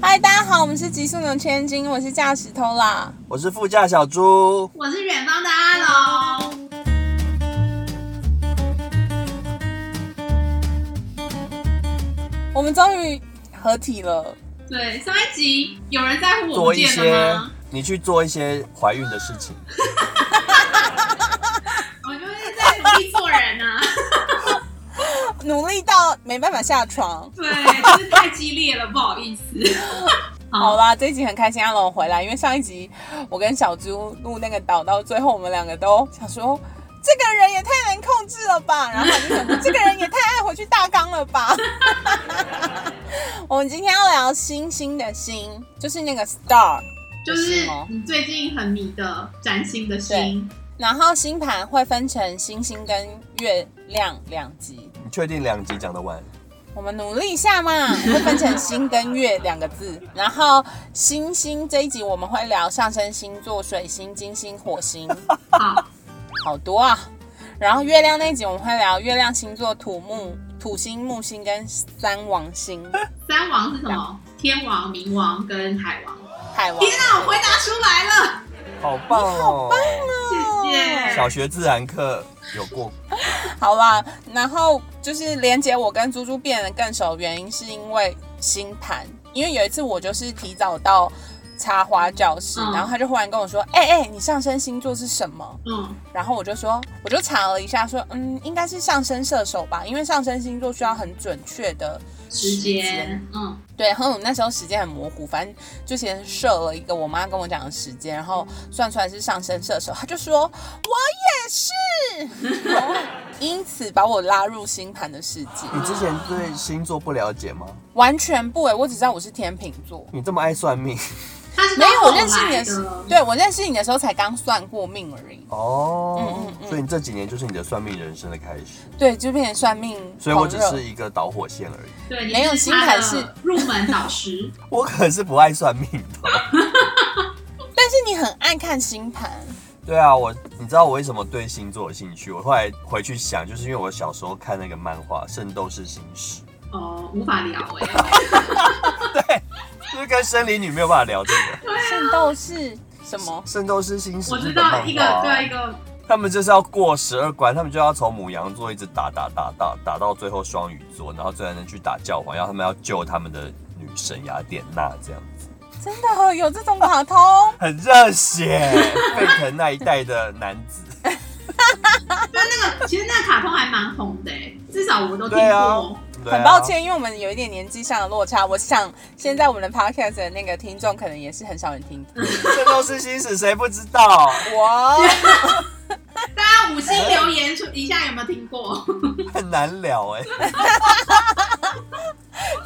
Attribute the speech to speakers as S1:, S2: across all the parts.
S1: 嗨，大家好，我们是极速牛千金，我是驾驶偷啦。
S2: 我是副驾小猪。
S3: 我是远方的阿龙。
S1: 我们终于合体了，
S3: 对，上一集有人在乎我
S2: 做
S3: 不
S2: 一
S3: 见
S2: 些
S3: 了吗？
S2: 你去做一些怀孕的事情，
S3: 我就是在努力做人啊。
S1: 努力到没办法下床。
S3: 对，就是太激烈了，不好 意思。
S1: 好
S3: 好，
S1: 啦，这一集很开心阿龙回来，因为上一集我跟小猪录那个岛，到最后我们两个都想说，这个人也太难控制了吧，然后我就想说，这个人也太爱回去大纲了吧。 我们今天要聊星星的星，就是那个 star，
S3: 就是
S1: 是吗
S3: 你最近很迷的占星的星，
S1: 然后星盘会分成星星跟月亮两集。
S2: 你确定两集讲得完？
S1: 我们努力一下 嘛，会分成星跟月两个字，然后星星这一集我们会聊上升星座、水星、金星、火 星，
S3: 好，
S1: 好多啊。然后月亮那一集我们会聊月亮星座土木、土星、木星跟三王星、
S3: 三王是什么？天王、冥王跟海王。
S1: 海王。
S3: 天啊，我回答出来了，
S2: 好棒哦！
S3: 啊谢谢。
S1: 哦
S2: 小学自然课有过，
S1: 好啦，然后就是连接我跟猪猪变得更熟，原因是因为星盘，因为有一次我就是提早到插花教室，
S3: 嗯
S1: 然后他就忽然跟我说：“哎、哎、你上升星座是什么？”
S3: 嗯，
S1: 然后我就说，我就查了一下说，嗯，应该是上升射手吧，因为上升星座需要很准确的
S3: 时间，嗯，
S1: 对，然后我那时候时间很模糊，反正就先设了一个我妈跟我讲的时间，然后算出来是上升射手，她就说我也是，然后因此把我拉入星盘的世界，
S2: 你之前对星座不了解吗？
S1: 完全不诶、欸我只知道我是天秤座。
S2: 你这么爱算命
S3: 他是
S1: 没有，我
S3: 到
S1: 认
S3: 后
S1: 识你
S3: 来
S1: 的时
S3: 的，，
S1: 对我认识你的时候才刚算过命而
S3: 嗯
S1: 已。
S2: 哦
S1: 嗯嗯，嗯
S2: 所以你这几年就是你的算命人生的开始，
S1: 对，就变成算命
S2: 所以我
S1: 狂
S2: 只
S1: 热
S2: 是一个导火线而已。
S3: 对，你
S1: 没有
S3: 是
S1: 星
S3: 他
S1: 盘
S3: 的
S1: 是
S3: 入门导师，
S2: 我可是不爱算命 的。
S1: 但是你很爱看星盘，
S2: 对啊，我你知道我为什么对星座有兴趣？我后来回去想，就是因为我小时候看那个漫画《圣斗士星矢》，
S3: 哦，无法聊 哎、
S2: 就是跟生理女没有办法聊这个。
S1: 圣斗士什么？
S2: 《圣斗士星矢
S3: 我》
S2: 是
S3: 知
S2: 本漫画啊、
S3: 道一个对一个，
S2: 他们就是要过十二关，他们就要从母羊座一直打打打打打到最后双鱼座，然后最后才能去打教皇，然后他们要救他们的女神雅典娜，这样子
S1: 真的哦有这种卡通？
S2: 很热 血，沸腾那一代的男子。
S3: 但那 个其实那个卡通还蛮红的、欸，至少我都听
S2: 对啊
S3: 过。，
S2: 对啊
S1: 很抱，歉，因为我们有一点年纪上的落差。我想现在我们的 podcast 的那个听众可能也是很少人听。
S2: 圣斗士星矢谁不知道？
S1: 哇，
S3: 大家五星留言说一下有没有听过？
S2: 很难聊哎、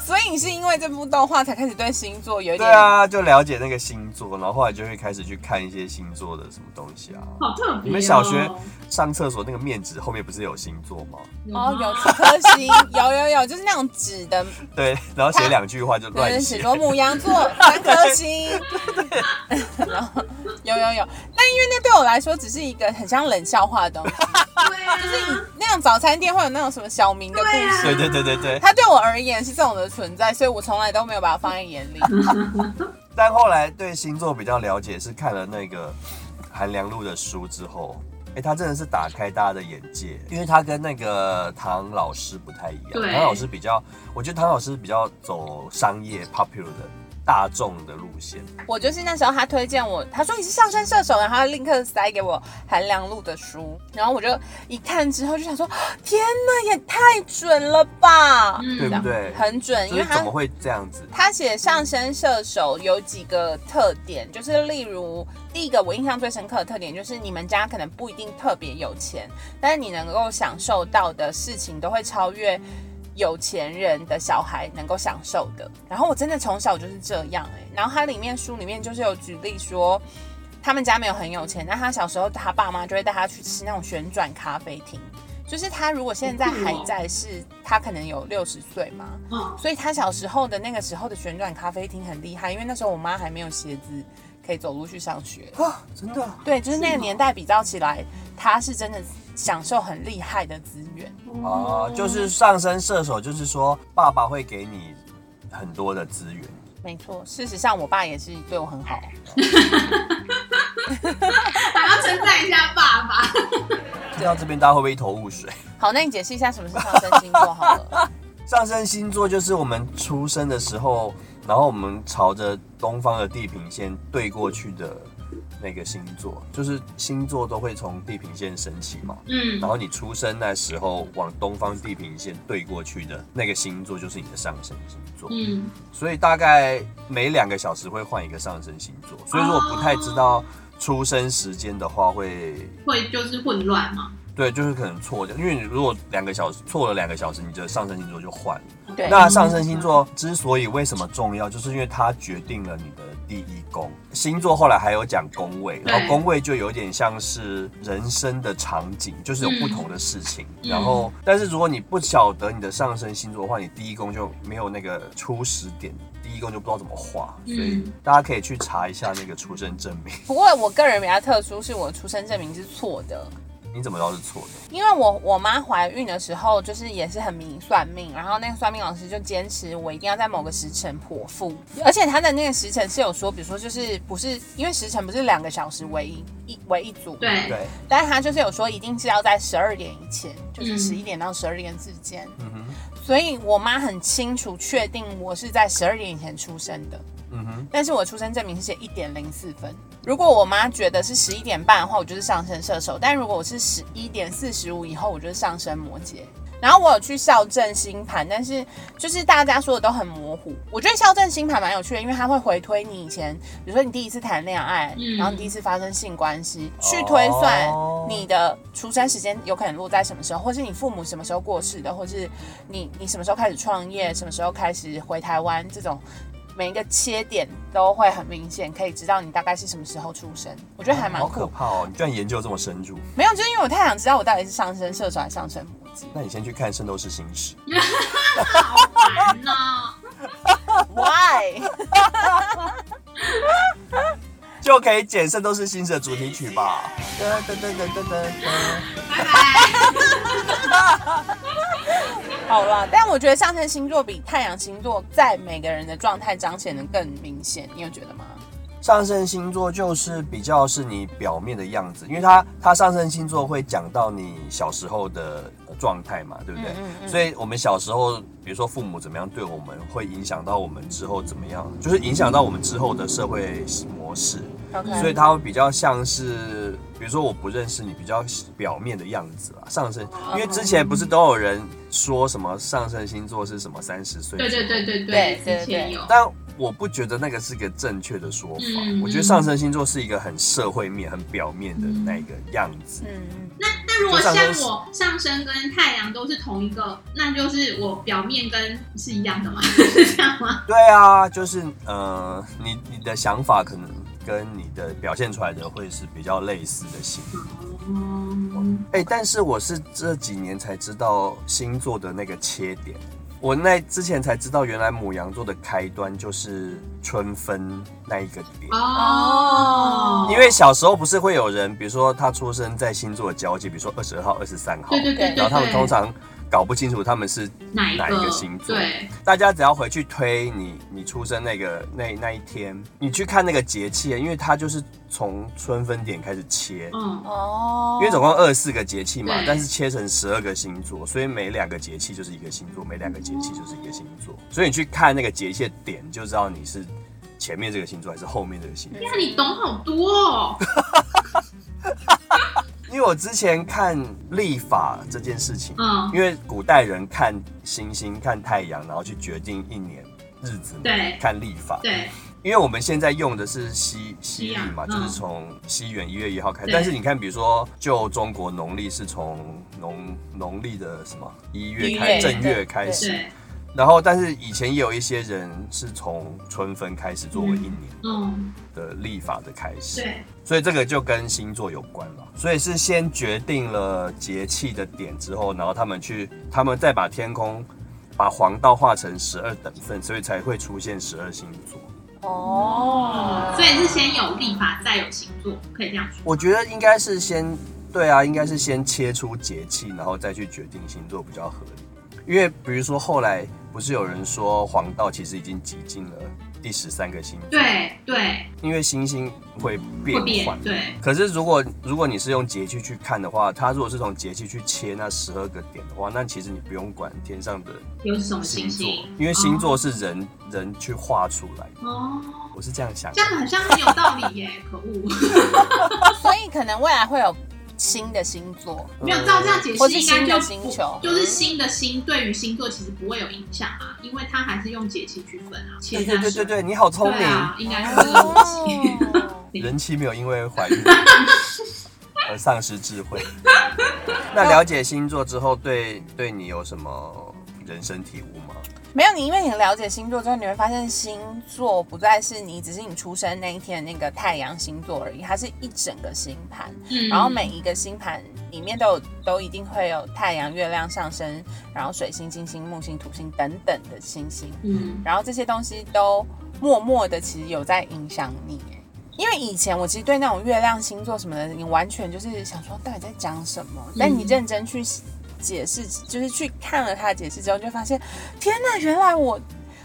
S1: 所以你是因为这部动画才开始对星座有一
S2: 对
S1: 点？
S2: 啊，就了解那个星座，然后后来就会开始去看一些星座的什么东西啊。
S3: 好特别、哦。
S2: 你们小学上厕所那个面纸后面不是有星座吗？
S1: 哦，有
S3: 吗
S1: 几颗 星，有有有，就是那种纸的，
S2: 对，然后写两句话就
S1: 有
S2: 乱
S1: 人
S2: 写
S1: 写。说母羊座三颗星， 然后有有有，但因为那对我来说只是一个很像冷笑话的东西，
S3: 对啊，就是
S1: 那种早餐店会有那种什么小明的故
S3: 对
S1: 事
S3: 啊，
S2: 对对对对 对。
S1: 它对我而言是这种的存在，所以我从来都没有把它放在眼里。
S2: 但后来对星座比较了解，是看了那个韩良露的书之后，哎、他真的是打开大家的眼界，因为他跟那个唐老师不太一样。
S3: 对
S2: 唐老师比较，我觉得唐老师比较走商业 popular 的大众的路线。
S1: 我就是那时候他推荐我，他说你是上升射手，然后他立刻塞给我韩良露的书，然后我就一看之后就想说，哦天哪，也太准了吧！
S3: 嗯
S2: 对不对
S1: 很准，因
S2: 就
S1: 为
S2: 是
S1: 他
S2: 怎么会这样子？
S1: 他写上升射手有几个特点，就是例如第一个我印象最深刻的特点就是你们家可能不一定特别有钱，但是你能够享受到的事情都会超越有钱人的小孩能够享受的。然后我真的从小就是这样哎、然后他里面书里面就是有举例说。他们家没有很有钱，但他小时候他爸妈就会带他去吃那种旋转咖啡厅。就是他如果现在
S3: 好酷哦
S1: 还在世，他可能有六十岁嘛，
S3: 嗯，
S1: 所以他小时候的那个时候的旋转咖啡厅很厉害，因为那时候我妈还没有鞋子可以走路去上学。
S2: 啊，真的
S1: 对，就是哦那
S3: 是
S1: 个
S3: 吗
S1: 年代比较起来，他是真的享受很厉害的资源。
S3: 哦
S2: 啊，就是上升射手，就是说爸爸会给你很多的资源，
S1: 没错，事实上我爸也是对我很好。
S3: 还要称赞一下爸爸。
S2: 听到这边大家会不会一头雾水？
S1: 好，那你解释一下什么是上升星座好 了。
S2: 上升星座就是我们出生的时候，然后我们朝着东方的地平线对过去的那个星座，就是星座都会从地平线升起嘛。
S3: 嗯
S2: 然后你出生那时候往东方地平线对过去的那个星座就是你的上升星座，
S3: 嗯，
S2: 所以大概每两个小时会换一个上升星座。所以如果不太知道出生时间的话，会
S3: 会就是混乱嘛。
S2: 对，就是可能错掉，因为你如果两个小时错了两个小时，你的上升星座就换了。
S1: 对
S2: 那上升星座之所以为什么重要，就是因为它决定了你的第一宫。星座后来还有讲宫位，
S3: 对
S2: 然后宫位就有点像是人生的场景，就是有不同的事情。
S3: 嗯
S2: 然后，但是如果你不晓得你的上升星座的话，你第一宫就没有那个初始点，第一宫就不知道怎么画。所以
S3: 嗯
S2: 大家可以去查一下那个出生证明，
S1: 不过我个人比较特殊，是我出生证明是错的。
S2: 你怎么知道是错的？
S1: 因为我我妈怀孕的时候，就是也是很迷算命，然后那个算命老师就坚持我一定要在某个时辰剖腹，而且他的那个时辰是有说，比如说就是不是因为时辰不是两个小时为一一为一组，，
S3: 对，
S2: 对，
S1: 但是他就是有说一定是要在十二点以前，就是
S3: 嗯
S1: 十一点到十二点之间，
S2: 嗯哼，
S1: 所以我妈很清楚确定我是在十二点以前出生的，
S2: 嗯哼，
S1: 但是我出生证明是写一点零四分。如果我妈觉得是十一点半的话，我就是上升射手；但如果我是十一点四十五以后，我就是上升摩羯。然后我有去校正星盘，但是就是大家说的都很模糊。我觉得校正星盘蛮有趣的，因为它会回推你以前，比如说你第一次谈恋爱，
S3: 嗯
S1: 然后你第一次发生性关系，去推算
S2: 哦
S1: 你的出生时间有可能落在什么时候，或是你父母什么时候过世的，或是你你什么时候开始创业，什么时候开始回台湾这种。每一个切点都会很明显，可以知道你大概是什么时候出生。我觉得还蛮
S2: 好
S1: 酷
S2: 可
S1: 的。
S2: 怕哦！你居然研究这么深入，
S1: 没有，就是因为我太想知道我到底是上升射手还是上升摩羯。
S2: 那你先去看《圣斗士星矢》。
S3: 烦哦。
S1: Why？
S2: 就可以剪圣斗士星矢的主题曲吧。噔噔噔噔噔噔噔。
S3: 拜拜。
S1: 好啦，但我觉得上升星座比太阳星座在每个人的状态彰显的更明显，你有觉得吗？
S2: 上升星座就是比较是你表面的样子，因为它它上升星座会讲到你小时候的状态嘛，对不对？
S1: 嗯嗯嗯
S2: 所以我们小时候，比如说父母怎么样对我们，会影响到我们之后怎么样，就是影响到我们之后的社会模式。
S3: 嗯
S1: OK，
S2: 所以它会比较像是，比如说我不认识你，比较表面的样子啦，上升，
S3: 哦
S2: 因为之前不是都有人说什么上升星座是什么三十岁，
S3: 对对对对
S1: 对对
S3: 之前有。
S2: 但我不觉得那个是个正确的说法，
S3: 嗯
S2: 我觉得上升星座是一个很社会面、很表面的那个样子。
S1: 嗯，嗯
S3: 那那如果
S2: 就上
S3: 像
S2: 升
S3: 我上升跟太阳都是同一个，那就是我表面跟是一样的吗？是这样吗？
S2: 对啊，就是呃，你你的想法可能跟你的表现出来的会是比较类似的型。
S3: 哦，
S2: 哎、但是我是这几年才知道星座的那个切点，我那之前才知道，原来母羊座的开端就是春分那一个点。
S3: 哦，
S2: 因为小时候不是会有人，比如说他出生在星座的交界，比如说二十二号、二十三号，
S3: 对对对对，
S2: 然后他们
S3: 对
S2: 通常搞不清楚他们是
S3: 哪
S2: 哪一个星座
S3: 对，
S2: 大家只要回去推你你出生那个那那一天，你去看那个节气，因为它就是从春分点开始切，
S3: 嗯，
S1: 哦，
S2: 因为总共二十四个节气嘛
S3: 哦对，
S2: 但是切成十二个星座，所以每两个节气就是一个星座，每两个节气就是一个星座，所以你去看那个节气的点，就知道你是前面这个星座还是后面这个星座。
S3: 那你懂好多哦。
S2: 因为我之前看历法这件事情，
S3: 嗯，
S2: 因为古代人看星星、看太阳，然后去决定一年日子嘛，
S3: 对
S2: 看历法。
S3: 对，
S2: 因为我们现在用的是西西历嘛，
S3: 西
S2: 就
S3: 洋
S2: 是从西元一月一号开始。
S3: 对
S2: 但是你看，比如说，就中国农历是从农农历的什么一
S1: 一
S2: 月
S1: 月
S2: 开正
S1: 对
S2: 月开始，
S3: 对，
S2: 然后但是以前也有一些人是从春分开始作为一年
S3: 嗯，
S2: 的历法的开始。
S3: 对，
S2: 所以这个就跟星座有关了，所以是先决定了节气的点之后，然后他们去，他们再把天空，把黄道画成十二等份，所以才会出现十二星座。
S1: 哦，
S3: 所以是先有历法，再有星座，可以这样说。
S2: 我觉得应该是先，对啊，应该是先切出节气，然后再去决定星座比较合理。因为比如说后来不是有人说黄道其实已经挤进了第十三个星座，
S3: 对对，
S2: 因为星星会变
S3: 会变
S2: 换。
S3: 对，
S2: 可是如果如果你是用节气去看的话，它如果是从节气去切那十二个点的话，那其实你不用管天上的
S3: 有什么
S2: 星
S3: 星
S2: 座
S3: 星，？
S2: 因为星座是人、人去画出来的。
S3: 哦，
S2: 我是这样想
S3: 这，样好像很有道理耶，可恶！
S1: 哦所以可能未来会有新的星座。
S3: 没有照这样解
S1: 或是
S3: 释，应
S1: 新
S3: 该就
S1: 的
S3: 不
S1: 星球
S3: 就是新的星对于星座其实不会有影响啊，因为它还是用节气区分啊。
S2: 对对
S3: 对
S2: 对对对，你好聪
S3: 对
S2: 明，
S3: 啊，应该是
S1: 哦
S2: 人妻没有因为怀孕而丧失智慧。那了解星座之后，对对你有什么人生体悟吗？
S1: 没有你，因为你了解星座之后，你会发现星座不再是你只是你出生那一天的那个太阳星座而已，它是一整个星盘。
S3: 嗯
S1: 然后每一个星盘里面都有都一定会有太阳、月亮、上升，然后水星、金星、木星、土星等等的星星，
S3: 嗯
S1: 然后这些东西都默默的其实有在影响你。欸因为以前我其实对那种月亮星座什么的，你完全就是想说到底在讲什么，但你认真去解释，就是去看了它的解释之后，就发现天呐，原来我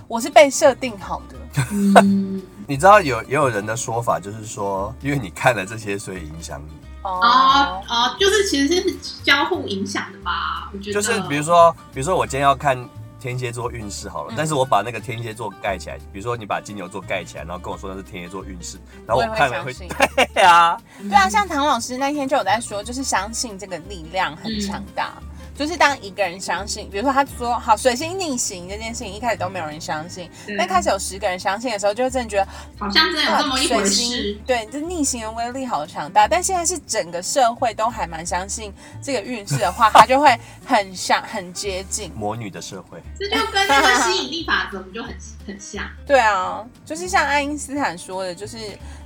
S1: 我是被设定好的。
S3: 嗯
S2: 你知道有也有人的说法，就是说，因为你看了这些，所以影响你。
S3: 哦哦，就是其实是交互影响的吧？我觉得
S2: 就是比如说，比如说我今天要看天蝎座运势好了，
S1: 嗯
S2: 但是我把那个天蝎座盖起来，比如说你把金牛座盖起来，然后跟我说那是天蝎座运势， 然
S1: 我
S2: 后我
S1: 也会
S2: 看了
S1: 相
S2: 会
S1: 信。
S2: 对啊，
S1: 对啊，像唐老师那天就有在说，就是相信这个力量很强大。
S3: 嗯
S1: 就是当一个人相信，比如说他说好水星逆行这件事情，一开始都没有人相信，
S3: 对
S1: 但开始有十个人相信的时候，就会真的觉得
S3: 好像真的有这么一
S1: 水
S3: 回
S1: 星
S3: 事。
S1: 对这逆行的威力好强大。但现在是整个社会都还蛮相信这个运势的 话，它就会很像很接近。
S2: 魔女的社会，
S3: 这就跟那个吸引力法则，我们就很很像。
S1: 对啊，就是像爱因斯坦说的，就是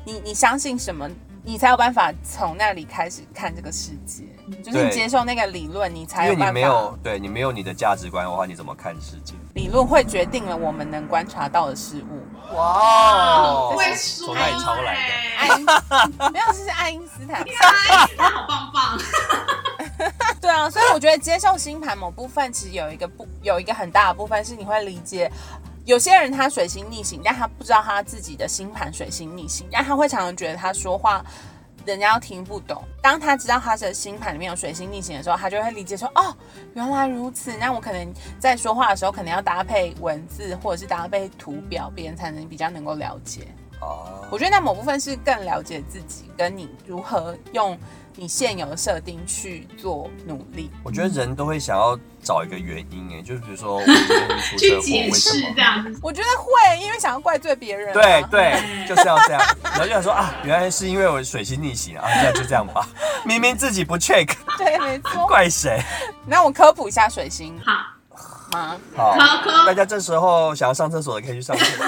S1: 你你相信什么，你才有办法从那里开始看这个世界，就是
S2: 对
S1: 你接受那个理论，你才
S2: 因
S1: 有
S2: 为
S1: 办法。
S2: 你没有对你没有你的价值观的话，你怎么看世界？
S1: 理论会决定了我们能观察到的事物。
S2: 哇 哦
S3: 会说
S2: 从哪里抄来的？
S1: 爱
S3: 哎
S1: 因没有，这是爱因斯 坦。
S3: 他好棒棒，
S1: 对啊，所以我觉得接受星盘某部分，其实有一个不有一个很大的部分是你会理解。有些人他水星逆行，但他不知道他自己的星盘水星逆行，但他会常常觉得他说话人家听不懂。当他知道他的星盘里面有水星逆行的时候，他就会理解说：“哦，原来如此。”那我可能在说话的时候，可能要搭配文字或者是搭配图表，别人才能比较能够了解。
S2: 哦
S1: 我觉得在某部分是更了解自己，跟你如何用你现有的设定去做努力。
S2: 我觉得人都会想要找一个原因，哎，就是比如说我今天出车
S3: 去
S2: 祸，
S3: 解
S2: 为
S3: 释
S2: 什
S3: 这
S2: 么？
S3: 样子。
S1: 我觉得会，因为想要怪罪别人、
S2: 对
S1: 啊。
S2: 对，就是要这样。
S3: 嗯
S2: 然后就想说啊，原来是因为我水星逆行啊，这样就这样 吧。明明自己不 check，
S1: 对，没错。
S2: 怪谁？
S1: 那我科普一下水星
S3: 好，
S1: 吗？
S2: 好，
S3: 科
S2: 大
S3: 科，
S2: 家这时候想要上厕所的可以去上厕 所。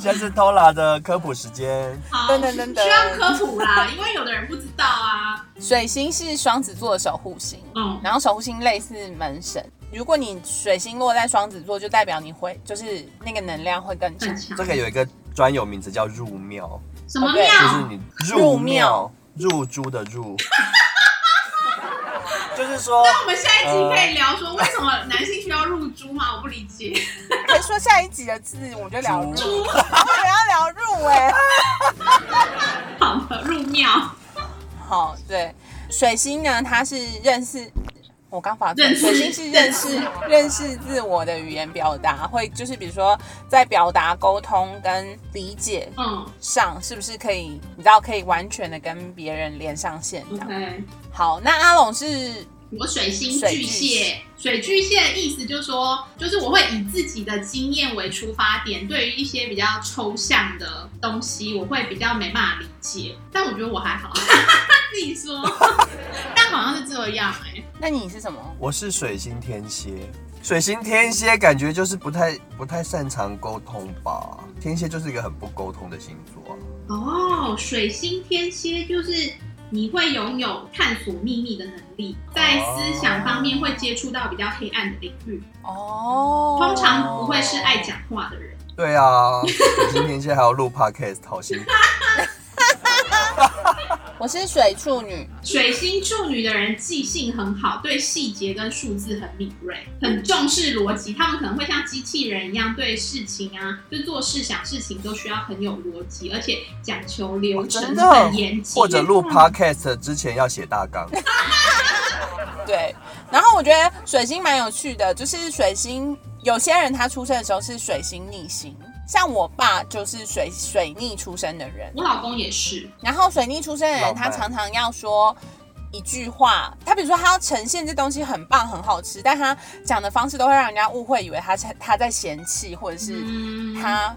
S2: 现在是 Tola 的科普时间，
S3: 好，
S1: 噔噔噔噔
S3: 需要科普啦，因为有的人不知道啊。
S1: 水星是双子座的守护星，
S3: 嗯，
S1: 然后守护星类似门神。如果你水星落在双子座，就代表你会就是那个能量会更强
S3: 很。强
S2: 这。个有一个专有名词叫入庙，
S3: 什么
S1: 对
S2: 就是
S3: 庙？
S2: 你
S1: 入
S2: 入
S1: 庙
S2: 庙入猪的入， 就是说
S3: 那我们下一集
S2: 呃
S3: 可以聊说为什么男性需要入猪吗？我不理解。
S1: 可以说下一集的字，我就聊入，
S2: 猪
S1: 我们要聊入哎、
S3: 好的，入庙
S1: 好，对，水星呢，它是认识。我刚发
S3: 认识
S1: 水星是认识认识自我的语言表达，会就是比如说在表达、沟通跟理解
S3: 嗯
S1: 上，是不是可以你知道可以完全的跟别人连上线这样？
S3: ，OK。
S1: 好，那阿龙是
S3: 我水星
S1: 水巨
S3: 巨蟹，水巨蟹的意思就是说，就是我会以自己的经验为出发点，对于一些比较抽象的东西，我会比较没办法理解。但我觉得我还好，自己说，但好像是这样哎、
S1: 那你是什么？
S2: 我是水星天蝎，水星天蝎感觉就是不太不太擅长沟通吧。天蝎就是一个很不沟通的星座啊、
S3: 哦，水星天蝎就是你会拥有探索秘密的能力，在思想方面会接触到比较黑暗的领域，
S1: 哦，
S3: 通常不会是爱讲话的人。
S2: 对 啊，水星天蝎还要录 podcast，好辛苦。
S1: 我是水处女，
S3: 水星处女的人记性很好，对细节跟数字很敏锐，很重视逻辑。他们可能会像机器人一样，对事情啊，就做事想事情都需要很有逻辑，而且讲求流程，
S2: 啊真的
S3: 很严谨。
S2: 或者录 podcast 之前要写大纲，
S1: 对。然后我觉得水星蛮有趣的，就是水星有些人他出生的时候是水星逆行，像我爸就是水水逆出生的人，
S3: 我老公也是，
S1: 然后水逆出生的
S2: 老
S1: 人，他
S2: 派
S1: 常常要说一句话，他比如说他要呈现这东西很棒很好吃，但他讲的方式都会让人家误会，以为他是他在嫌弃，或者是
S3: 嗯，
S1: 他。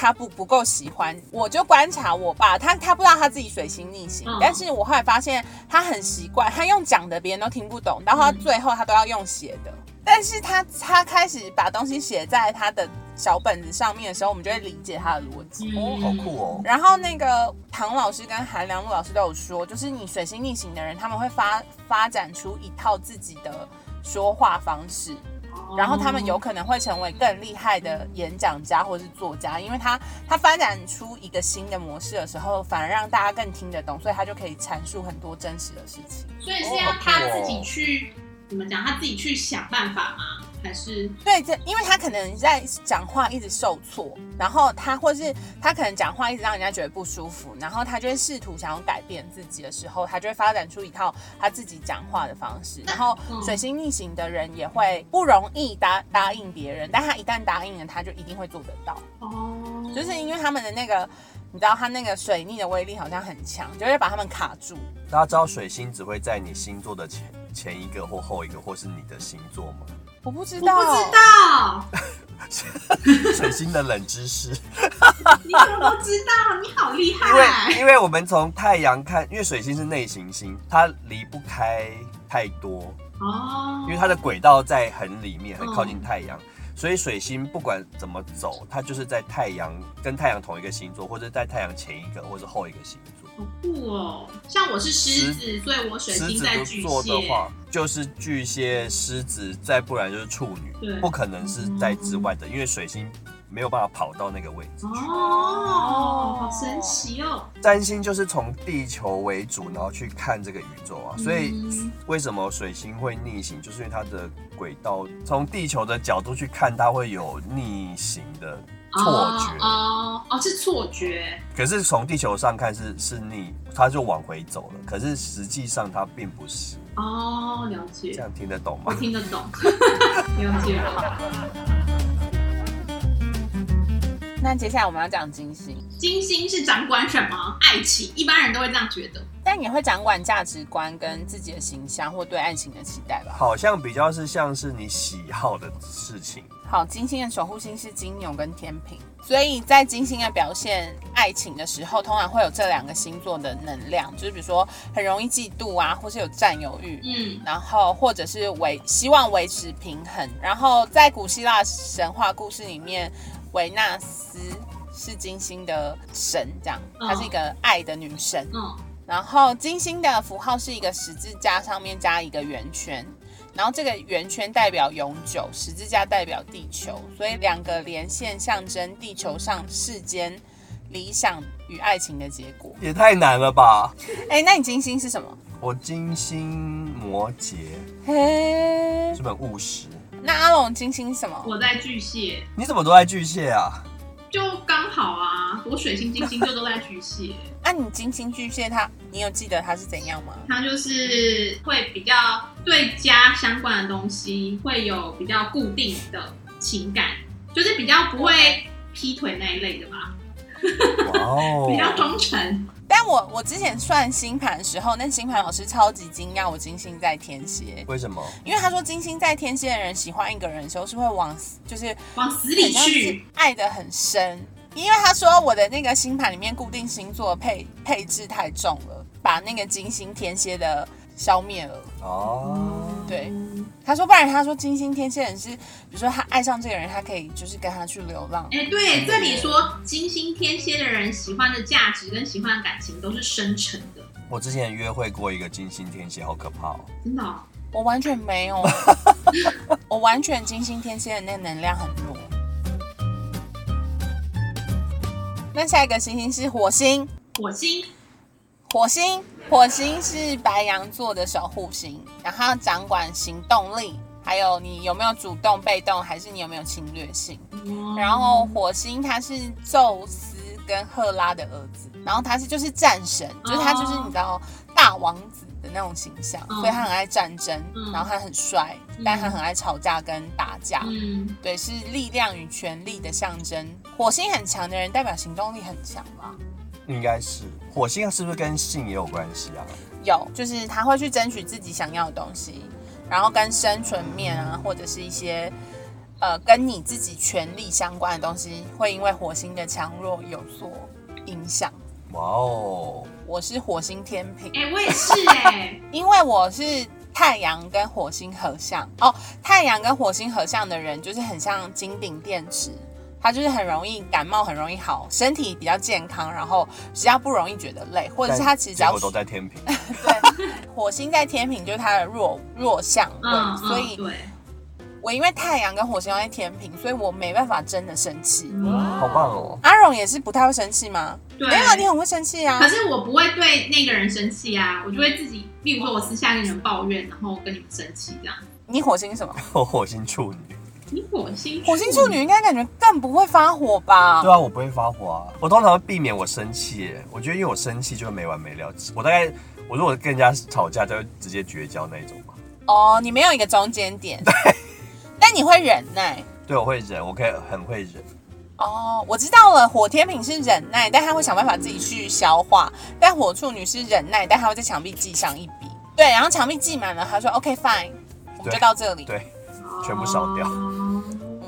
S1: 他不不够喜欢，我就观察我爸，他他不知道他自己水星逆行，
S3: 嗯
S1: 但是我后来发现他很习惯，他用讲的别人都听不懂，然后他
S3: 嗯
S1: 最后他都要用写的，但是他他开始把东西写在他的小本子上面的时候，我们就会理解他的逻辑。
S3: 嗯
S2: 好酷 哦！
S1: 然后那个唐老师跟韩良露老师都有说，就是你水星逆行的人，他们会发发展出一套自己的说话方式，
S3: 哦
S1: 然后他们有可能会成为更厉害的演讲家或是作家，因为他他发展出一个新的模式的时候，反而让大家更听得懂，所以他就可以阐述很多真实的事情。
S2: 哦
S3: 所以是要他自己去、怎么讲？他自己去想办法吗？还是
S1: 对，这因为他可能在讲话一直受挫，然后他或是他可能讲话一直让人家觉得不舒服，然后他就会试图想要改变自己的时候，他就会发展出一套他自己讲话的方式。然后
S3: 嗯
S1: 水星逆行的人也会不容易答答应别人，但他一旦答应了，他就一定会做得到，
S3: 哦，
S1: 就是因为他们的那个。你知道他那个水逆的威力好像很强，就会把他们卡住。
S2: 大家知道水星只会在你星座的前前一个或后一个，或是你的星座吗？
S1: 我不知
S3: 我
S1: 道，
S3: 不知道，
S2: 水星的冷知识，
S3: 你怎么都知道？你好厉
S2: 因为
S3: 害！
S2: 因为我们从太阳看，因为水星是内行星，它离不开太多，
S3: 哦，
S2: 因为它的轨道在很里面，很靠近太阳，所以水星不管怎么走，它就是在太阳跟太阳同一个星座，或者在太阳前一个或者后一个星座。
S3: 好酷哦！像我是狮子，所以我水
S2: 狮
S3: 星
S2: 子
S3: 在巨
S2: 座的
S3: 蟹。
S2: 话，就是巨蟹、狮子，再不然就是处
S3: 对
S2: 女，不可能是在之外的，嗯因为水星没有办法跑到那个位置。
S3: 哦，好神奇哦！
S2: 占星就是从地球为主，然后去看这个宇宙啊，所以
S3: 嗯
S2: 为什么水星会逆行，就是因为它的轨道从地球的角度去看，它会有逆行的错觉。
S3: 哦哦哦，是错觉。
S2: 可是从地球上看是是逆，它就往回走了。可是实际上它并不是，
S3: 哦，了
S2: 这
S3: 解，
S2: 样听得懂
S3: 我
S2: 吗？
S3: 听得懂， 了解了。
S1: 那接下来我们要讲金星，
S3: 金星是掌管什么？爱情，一般人都会这样觉得。
S1: 但也会掌管价值观跟自己的形象或对爱情的期待吧。
S2: 好像比较是像是你喜好的事情，
S1: 好，金星的守护星是金牛跟天平，所以在金星的表现爱情的时候，通常会有这两个星座的能量，就是比如说很容易嫉妒啊，或是有占有欲。
S3: 嗯，
S1: 然后，或者是维希望维持平衡。然后，在古希腊神话故事里面，维纳斯是金星的神，这样，她是一个爱的女神。
S3: 嗯，
S1: 然后金星的符号是一个十字架，上面加一个圆圈，然后这个圆圈代表永久，十字架代表地球，所以两个连线象征地球上世间理想与爱情的结果。
S2: 也太难了吧！
S1: 哎，那你金星是什么？
S2: 我金星摩羯
S1: 嘿，
S2: 是本务实，
S1: 那阿龙金星是什么？
S3: 我在巨蟹，
S2: 你怎么都在巨蟹啊？
S3: 就刚好啊，我水星、金星就都在巨蟹，
S1: 那、你金星巨蟹他，你有记得他是怎样吗？
S3: 它就是会比较对家相关的东西会有比较固定的情感，就是比较不会劈腿那一类的吧，
S2: 哇哦
S3: 比较忠诚。
S1: 但我我之前算星盘的时候，那星盘老师超级惊讶，我金星在天蝎，
S2: 为什么？
S1: 因为他说金星在天蝎的人喜欢一个人的时候是会往死就是
S3: 往死
S1: 很
S3: 里
S1: 像是
S3: 去，
S1: 爱的很深，因为他说我的那个星盘里面固定星座配配置太重了，把那个金星天蝎的消灭了。
S2: 哦，
S1: 对，
S3: 嗯
S1: 他说不然他说金星天蝎人是，比如说他爱上这个人，他可以就是跟他去流浪。
S3: 哎、对，这里说金星天蝎的人喜欢的价值跟喜欢的感情都是深沉的，
S2: 我之前约会过一个金星天蝎，好可怕哦！
S3: 真的、哦。
S1: 我完全没有，我完全金星天蝎的那能量很弱。那下一个行星是火星，
S3: 火星，
S1: 火星，火星是白羊座的守护星，然后掌管行动力，还有你有没有主动、被动，还是你有没有侵略性。
S3: 嗯
S1: 然后火星他是宙斯跟赫拉的儿子，然后他是就是战神，就是他就是你知道大王子的那种形象，
S3: 哦
S1: 所以他很爱战争
S3: 嗯，
S1: 然后他很帅，但他很爱吵架跟打架。
S3: 嗯，
S1: 对，是力量与权力的象征。火星很强的人代表行动力很强吗？
S2: 应该是火星啊是不是跟性也有关系啊？
S1: 有，就是他会去争取自己想要的东西，然后跟生存面啊，或者是一些呃跟你自己权利相关的东西，会因为火星的强弱有所影响。
S2: 哇哦，
S1: 我是火星天平，
S3: 哎、我也是 哎、
S1: 因为我是太阳跟火星合相哦，太阳跟火星合相的人就是很像金顶电池，他就是很容易感冒，很容易好，身体比较健康，然后比较不容易觉得累，或者是他其实只
S2: 但
S1: 要
S2: 结果都在天平，
S1: 对，火星在天平就是它的弱弱项位，
S3: 嗯，
S1: 所以
S3: 嗯对，
S1: 我因为太阳跟火星都在天平，所以我没办法真的生气。
S2: 好棒哦！
S1: 阿荣也是不太会生气吗？
S3: 嗯对，
S1: 没有，你很会生气啊
S3: 可。是我不会对那个人生气啊，我就会自己，例如说我私下跟你们抱怨，然后跟你们生气这样。
S1: 你火星什么？
S2: 我火星处女，
S3: 你火星
S1: 火星处女应该感觉更不会发火吧？
S2: 对啊，我不会发火啊，我通常会避免我生气耶，我觉得因为我生气就会没完没了。我大概我如果跟人家吵架，就会直接绝交那一种吧。
S1: 哦，你没有一个中间点，但你会忍耐。
S2: 对，我会忍，我可以很会忍。
S1: 哦，我知道了，火天平是忍耐，但他会想办法自己去消化；但火处女是忍耐，但他会在墙壁记上一笔。对，然后墙壁记满了，他说 OK fine，我们就
S2: 对
S1: 到这里。
S2: 对，全部烧掉
S3: 哦
S1: 嗯，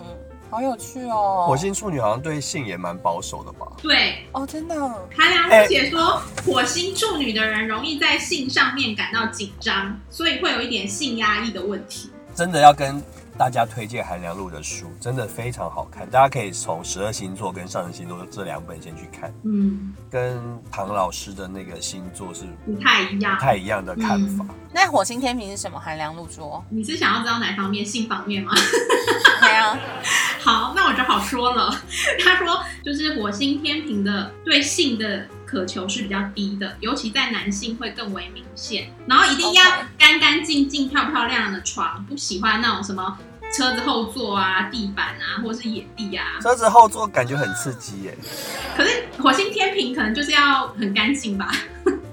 S1: 好有趣哦。
S2: 火星处女好像对性也蛮保守的吧？
S3: 对，
S1: 哦，真的，
S3: 韩
S1: 哎
S3: 良姐说，火星处女的人容易在性上面感到紧张，所以会有一点性压抑的问题。
S2: 真的要跟大家推荐韩良露的书，真的非常好看，大家可以从十二星座跟上升星座这两本先去看，
S3: 嗯，
S2: 跟唐老师的那个星座是
S3: 不太一
S2: 不
S3: 样。
S2: 太一样的看法。
S1: 那火星天平是什么？韩良露哦说。
S3: 你是想要知道哪方面性方面吗？
S1: 对啊，
S3: 好，那我就好说了。 他说，就是火星天平的对性的渴求是比较低的，尤其在男性会更为明显。然后一定要
S1: OK
S3: 干干净净、漂漂亮亮的床，不喜欢那种什么车子后座啊、地板啊，或是野地啊。
S2: 车子后座感觉很刺激耶，
S3: 可是火星天平可能就是要很干净吧？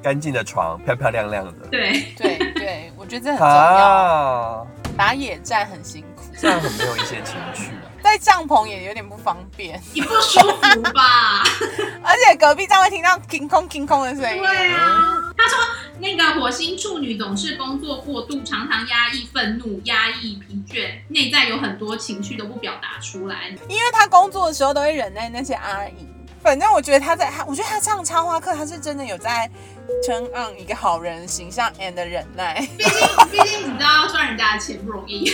S2: 干净的床，漂漂亮亮 的
S3: 对，
S1: 对对，我觉得这很重要。
S2: 啊，
S1: 打野战很辛苦，
S2: 这样很没有一些情趣。
S1: 在帐篷也有点不方便，
S3: 你不舒服吧？
S1: 而且隔壁站会听到 king 空 king 空的声音。
S3: 对啊，他说那个火星处女总是工作过度，常常压抑愤怒、压抑疲倦，内在有很多情绪都不表达出来。
S1: 因为他工作的时候都会忍耐那些阿姨。反正我觉得他在，他我觉得他上插花课，他是真的有在 turn on 一个好人的形象 and 忍耐。
S3: 毕竟，毕竟你知道赚人家的钱不容易。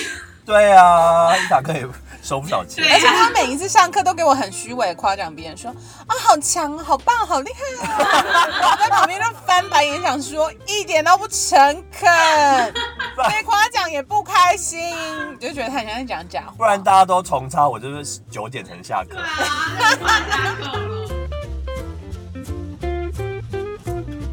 S2: 对啊，一堂课也收不少钱
S3: 对。
S1: 而且他每一次上课都给我很虚伪的夸奖别人说，啊好强，好棒，好厉害、啊。我在旁边就翻白眼，想说一点都不诚恳，被夸奖也不开心，我就觉得他很像在讲假话。
S2: 不然大家都重差，我就是九点才能下课
S3: 对。啊，那就赚下课了。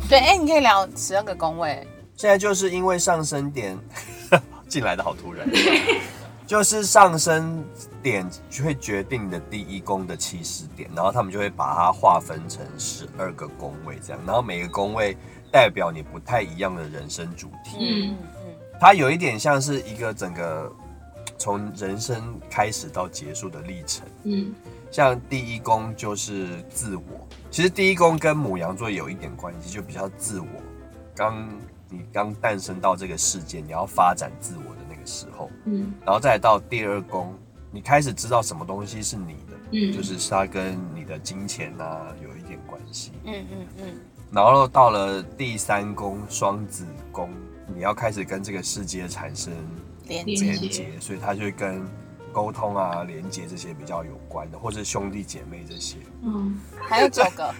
S1: 对，哎、你可以聊十二个宫位，
S2: 现在就是因为上升点 进来的好突然， 就是上升点会决定你的第一宫的起始点，然后他们就会把它划分成十二个宫位这样，然后每个宫位代表你不太一样的人生主题，
S3: 嗯
S1: 嗯。
S2: 它有一点像是一个整个从人生开始到结束的历程。
S3: 嗯，
S2: 像第一宫就是自我，其实第一宫跟母羊座有一点关系，就比较自我。刚你刚诞生到这个世界，你要发展自我的那个时候，
S3: 嗯
S2: 然后再到第二宫，你开始知道什么东西是你的，
S3: 嗯，
S2: 就是它跟你的金钱啊有一点关系。
S1: 嗯嗯嗯，
S2: 然后到了第三宫双子宫，你要开始跟这个世界产生
S1: 连
S3: 连
S1: 接
S2: 连接，所以它就会跟沟通啊、连接这些比较有关的，或是兄弟姐妹这些。
S3: 嗯，
S1: 还有九个，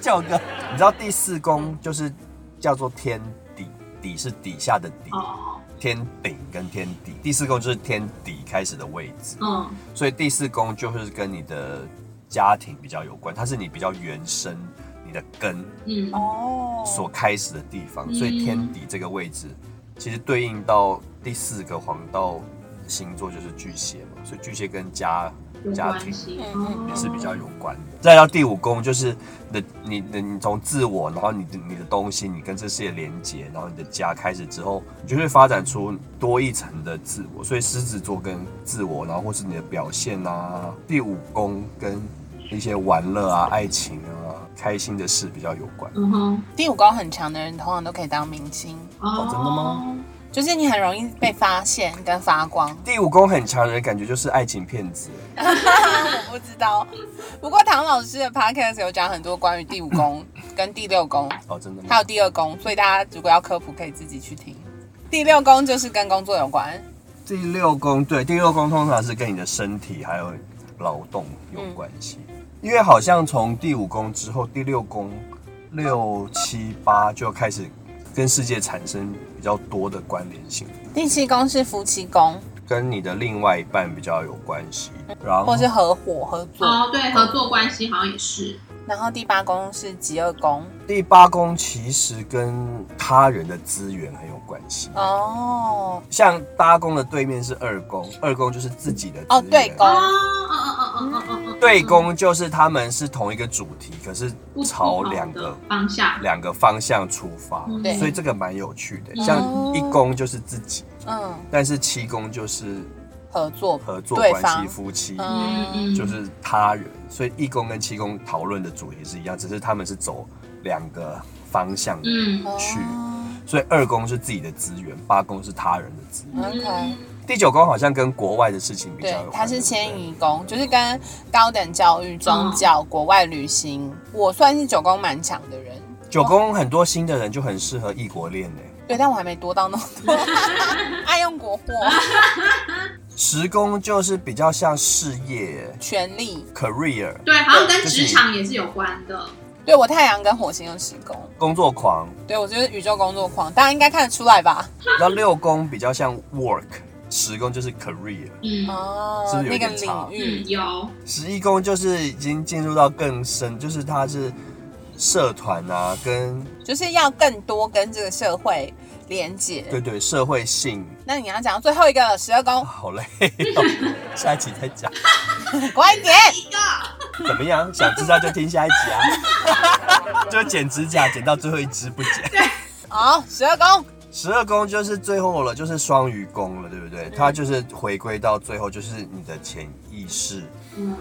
S2: 九个，你知道第四宫就是叫做天底，底是底下的底，
S3: 哦，
S2: 天顶跟天底。第四宫就是天底开始的位置，
S3: 嗯
S2: 所以第四宫就是跟你的家庭比较有关，它是你比较原生，你的根
S3: 嗯，
S1: 哦，
S2: 所开始的地方，
S3: 嗯
S2: 所以天底这个位置其实对应到第四个黄道星座就是巨蟹嘛，所以巨蟹跟家
S3: 有
S2: 家
S3: 关
S2: 庭
S3: 系，
S1: 嗯
S3: 哦
S2: 也是比较有关的。再到第五宫就是你的你的你从自我，然后你的你的东西，你跟这世界连接，然后你的家开始之后，你就会发展出多一层的自我。所以狮子座跟自我，然后或是你的表现啊，第五宫跟一些玩乐啊、爱情啊、开心的事比较有关。
S3: 嗯哼，
S1: 第五高很强的人，通常都可以当明星，
S2: 哦真的吗？
S1: 就是你很容易被发现跟发光。
S2: 第五宫很强的人，感觉就是爱情骗子。
S1: 我不知道，不过唐老师的 podcast 有讲很多关于第五宫跟第六宫，
S2: 哦，真的吗
S1: 还？有第二宫，所以大家如果要科普，可以自己去听。第六宫就是跟工作有关，
S2: 第六宫对，第六宫通常是跟你的身体还有劳动有关系，因为好像从第五宫之后，第六宫六七八就开始跟世界产生比较多的关联性，
S1: 第七宫是夫妻宫，
S2: 跟你的另外一半比较有关系。然后
S1: 或是合伙合作，
S3: 哦，对，合作关系好像也是，
S1: 然后第八宫是极恶宫。
S2: 第八宫其实跟他人的资源很有关系，
S1: 哦
S2: 像八宫的对面是二宫，二宫就是自己的资
S1: 哦
S2: 源
S1: 对宫
S3: 哦，哦哦哦哦哦哦，
S2: 对宫就是他们是同一个主题，可是
S3: 不同
S2: 朝
S3: 的
S2: 两个
S3: 方向，
S2: 两个方向出发，
S3: 嗯
S1: 对
S2: 所以这个蛮有趣的。
S3: 嗯
S2: 像一宫就是自己，
S1: 嗯，
S2: 但是七宫就是
S1: 合作，
S2: 合作
S1: 对
S2: 关
S1: 方
S2: 系、夫妻，
S1: 嗯嗯
S2: 就是他人。所以一宫跟七宫讨论的主题是一样，只是他们是走两个方向。
S3: 嗯
S2: 去
S1: 哦
S2: 所以二宫是自己的资源，八宫是他人的资
S3: 嗯
S2: 源。
S1: OK，
S2: 第九宫好像跟国外的事情比较
S1: 对
S2: 有，关。
S1: 它是
S2: 对不对
S1: 迁移宫，就是跟高等教育、宗教、国外旅行，我算是九宫蛮强的人。
S2: 九宫很多新的人就很适合异国恋呢、
S1: 对，但我还没多到那么多， 爱用国货、
S2: 十宫就是比较像事业
S1: 权力。
S2: career
S3: 对，好像跟
S2: 就是
S3: 职场也是有关的，
S1: 对我太阳跟火星有十宫，
S2: 工作狂，
S1: 对我就是宇宙工作狂，大家应该看得出来吧？
S2: 那六宫比较像 work，十宫就是 career，
S3: 嗯
S1: 哦
S2: 是不，是有
S1: 那个
S2: 点差
S1: 领域
S3: 嗯，有，
S2: 十一宫就是已经进入到更深，就是它是社团啊，跟
S1: 就是要更多跟这个社会连接。
S2: 对对社会性，
S1: 那你要讲到最后一个十二宫，
S2: 好累、 哦，下一集再讲。
S1: 快点！
S2: 怎么样？想知道就听下一集啊。 就剪指甲，剪到最后一只不剪。
S1: 好，十二宫，
S2: 十二宫就是最后了，就是双鱼宫了，对不对？它就是回归到最后，就是你的潜意识
S3: 嗯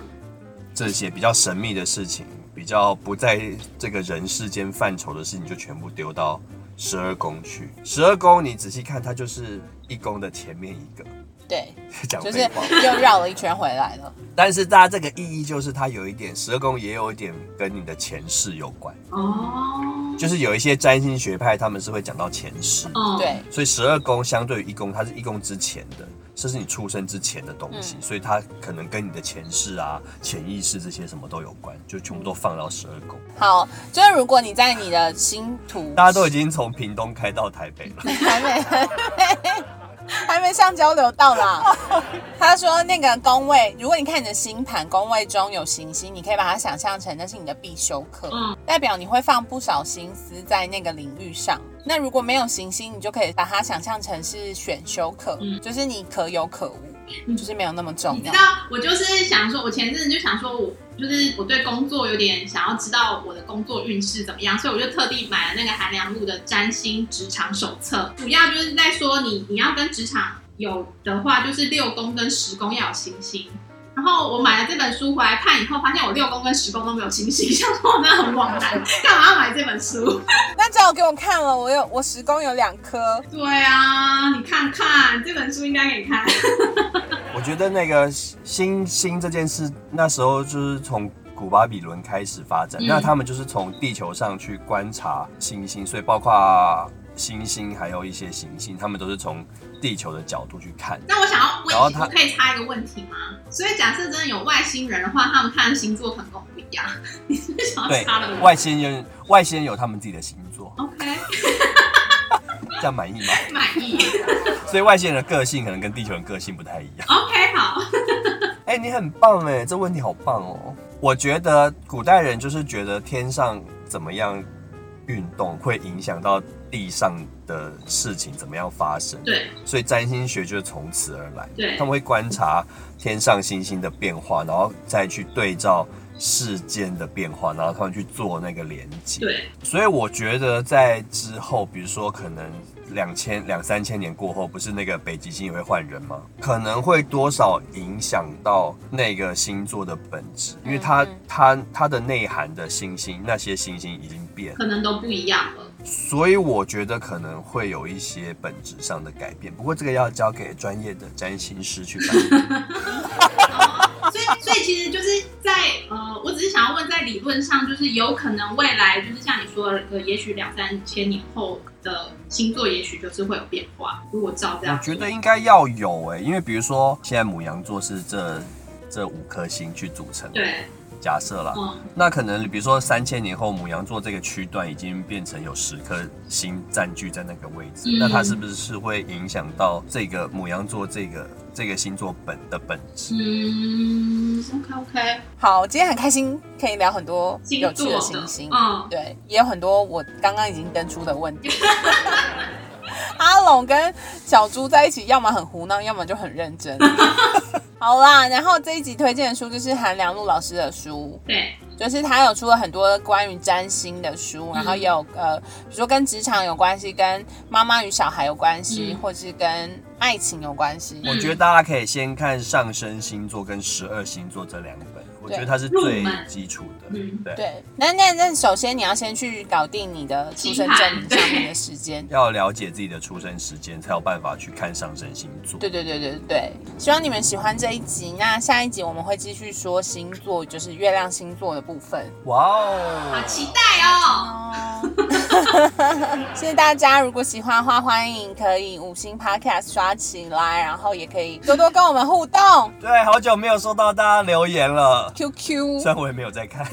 S2: 这些比较神秘的事情，比较不在这个人世间范畴的事，你就全部丢到十二宫去。十二宫你仔细看，它就是一宫的前面一个，
S1: 对，
S2: 讲
S1: 就是
S2: 废话。
S1: 又绕了一圈回来了。
S2: 但是大家这个意义就是，它有一点十二宫也有一点跟你的前世有关，
S3: 哦，
S2: 就是有一些占星学派他们是会讲到前世，
S3: 哦，
S1: 对，
S2: 所以十二宫相对于一宫，它是一宫之前的。这是你出生之前的东西，
S1: 嗯
S2: 所以它可能跟你的前世啊、潜意识这些什么都有关，就全部都放到十二宫。
S1: 好，就是如果你在你的星图，
S2: 大家都已经从屏东开到台北了。
S1: 还没 还没上交流道啦。他说那个宫位，如果你看你的星盘宫位中有行星，你可以把它想象成那是你的必修课，
S3: 嗯
S1: 代表你会放不少心思在那个领域上。那如果没有行星，你就可以把它想象成是选修课，
S3: 嗯
S1: 就是你可有可无，
S3: 嗯
S1: 就是没有那么
S3: 你
S1: 重
S3: 知
S1: 要
S3: 道。，我就是想说，我前阵子就想说我，就是我对工作有点想要知道我的工作运势怎么样，所以我就特地买了那个韩良露的占星职场手册，主要就是在说你你要跟职场有的话，就是六宫跟十宫要有行星。然后我买了这本书回来看以后，发现我六宫跟十宫都没有行星， 想说我那很枉然，干嘛要买这本书？
S1: 那只好给我看了，我有我十宫有两颗，
S3: 对啊，你看看这本书应该给你看。
S2: 我觉得那个星星这件事，那时候就是从古巴比伦开始发展，
S3: 嗯
S2: 那他们就是从地球上去观察星星，所以包括星星还有一些行星，他们都是从地球的角度去看。
S3: 那我想要
S2: 然后
S3: 问一
S2: 他
S3: 我可以插一个问题吗？所以假设真的有外星人的话，他们看的星座可能跟我们不一样。 你是不是想要
S2: 对
S3: 插了，我
S2: 外星人外星人有他们自己的星座，
S3: ？OK，
S2: 这样满意吗？
S3: 满意。
S2: 所以外星人的个性可能跟地球人个性不太一样。
S3: OK，好。
S2: 哎、你很棒哎，这问题好棒哦！我觉得古代人就是觉得天上怎么样运动会影响到地上的事情怎么样发生。
S3: 对
S2: 所以占星学就是从此而来。
S3: 对
S2: 他们会观察天上星星的变化，然后再去对照事件的变化，然后他们去做那个连接。
S3: 对
S2: 所以我觉得在之后，比如说可能两千两三千年过后，不是那个北极星也会换人吗？可能会多少影响到那个星座的本质，因为它
S1: 嗯嗯
S2: 它它的内涵的星星，那些星星已经变了，
S3: 可能都不一样了。
S2: 所以我觉得可能会有一些本质上的改变。不过这个要交给专业的占星师去 办。
S3: 所以，所以其实就是在呃，我只是想要问，在理论上，就是有可能未来就是像你说的，呃，也许两三千年后的星座，也许就是会有变化。如果照这
S2: 我
S3: 样说，
S2: 觉得应该要有哎、因为比如说现在母羊座是这这五颗星去组成，
S3: 对，
S2: 假设啦。
S3: 嗯，
S2: 那可能比如说三千年后，母羊座这个区段已经变成有十颗星占据在那个位置，
S3: 嗯
S2: 那它是不是会影响到这个母羊座这个这个星座本的本质？
S3: 嗯，OK OK，
S1: 好，今天很开心，可以聊很多有趣
S3: 星座
S1: 的
S3: 的，
S1: 星星。
S3: 嗯，
S1: 对，也有很多我刚刚已经登出的问题。 阿龙跟小猪在一起，要么很胡闹，要么就很认 真。好啦，然后这一集推荐的书就是韩良露老师的书，
S3: 对，
S1: 就是他有出了很多关于占星的
S2: 嗯
S1: 书，然后也有呃，比如说跟职场有关系，跟妈妈与小孩有关系，
S3: 嗯
S1: 或是跟爱情有关系。
S2: 我觉得大家可以先看上升星座跟十二星座这两本，我觉得它是最基础的。
S3: 嗯，
S2: 对，
S1: 对，那那那首先你要先去搞定你的出生证明上面的时间。
S2: 要了解自己的出生时间，才有办法去看上升星座。
S1: 对对对对对，希望你们喜欢这一集。那下一集我们会继续说星座，就是月亮星座的部分。
S2: 哇哦！
S3: 好期待哦。
S1: 哦， 谢谢大家。如果喜欢的话，欢迎可以五星 Podcast 刷起来，然后也可以多多跟我们互动。
S2: 对，好久没有收到大家留言了，
S1: QQ，
S2: 虽然我也没有在看。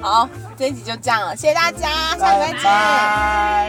S1: 好，这一集就这样了，谢谢大家，下礼拜见。
S2: 拜。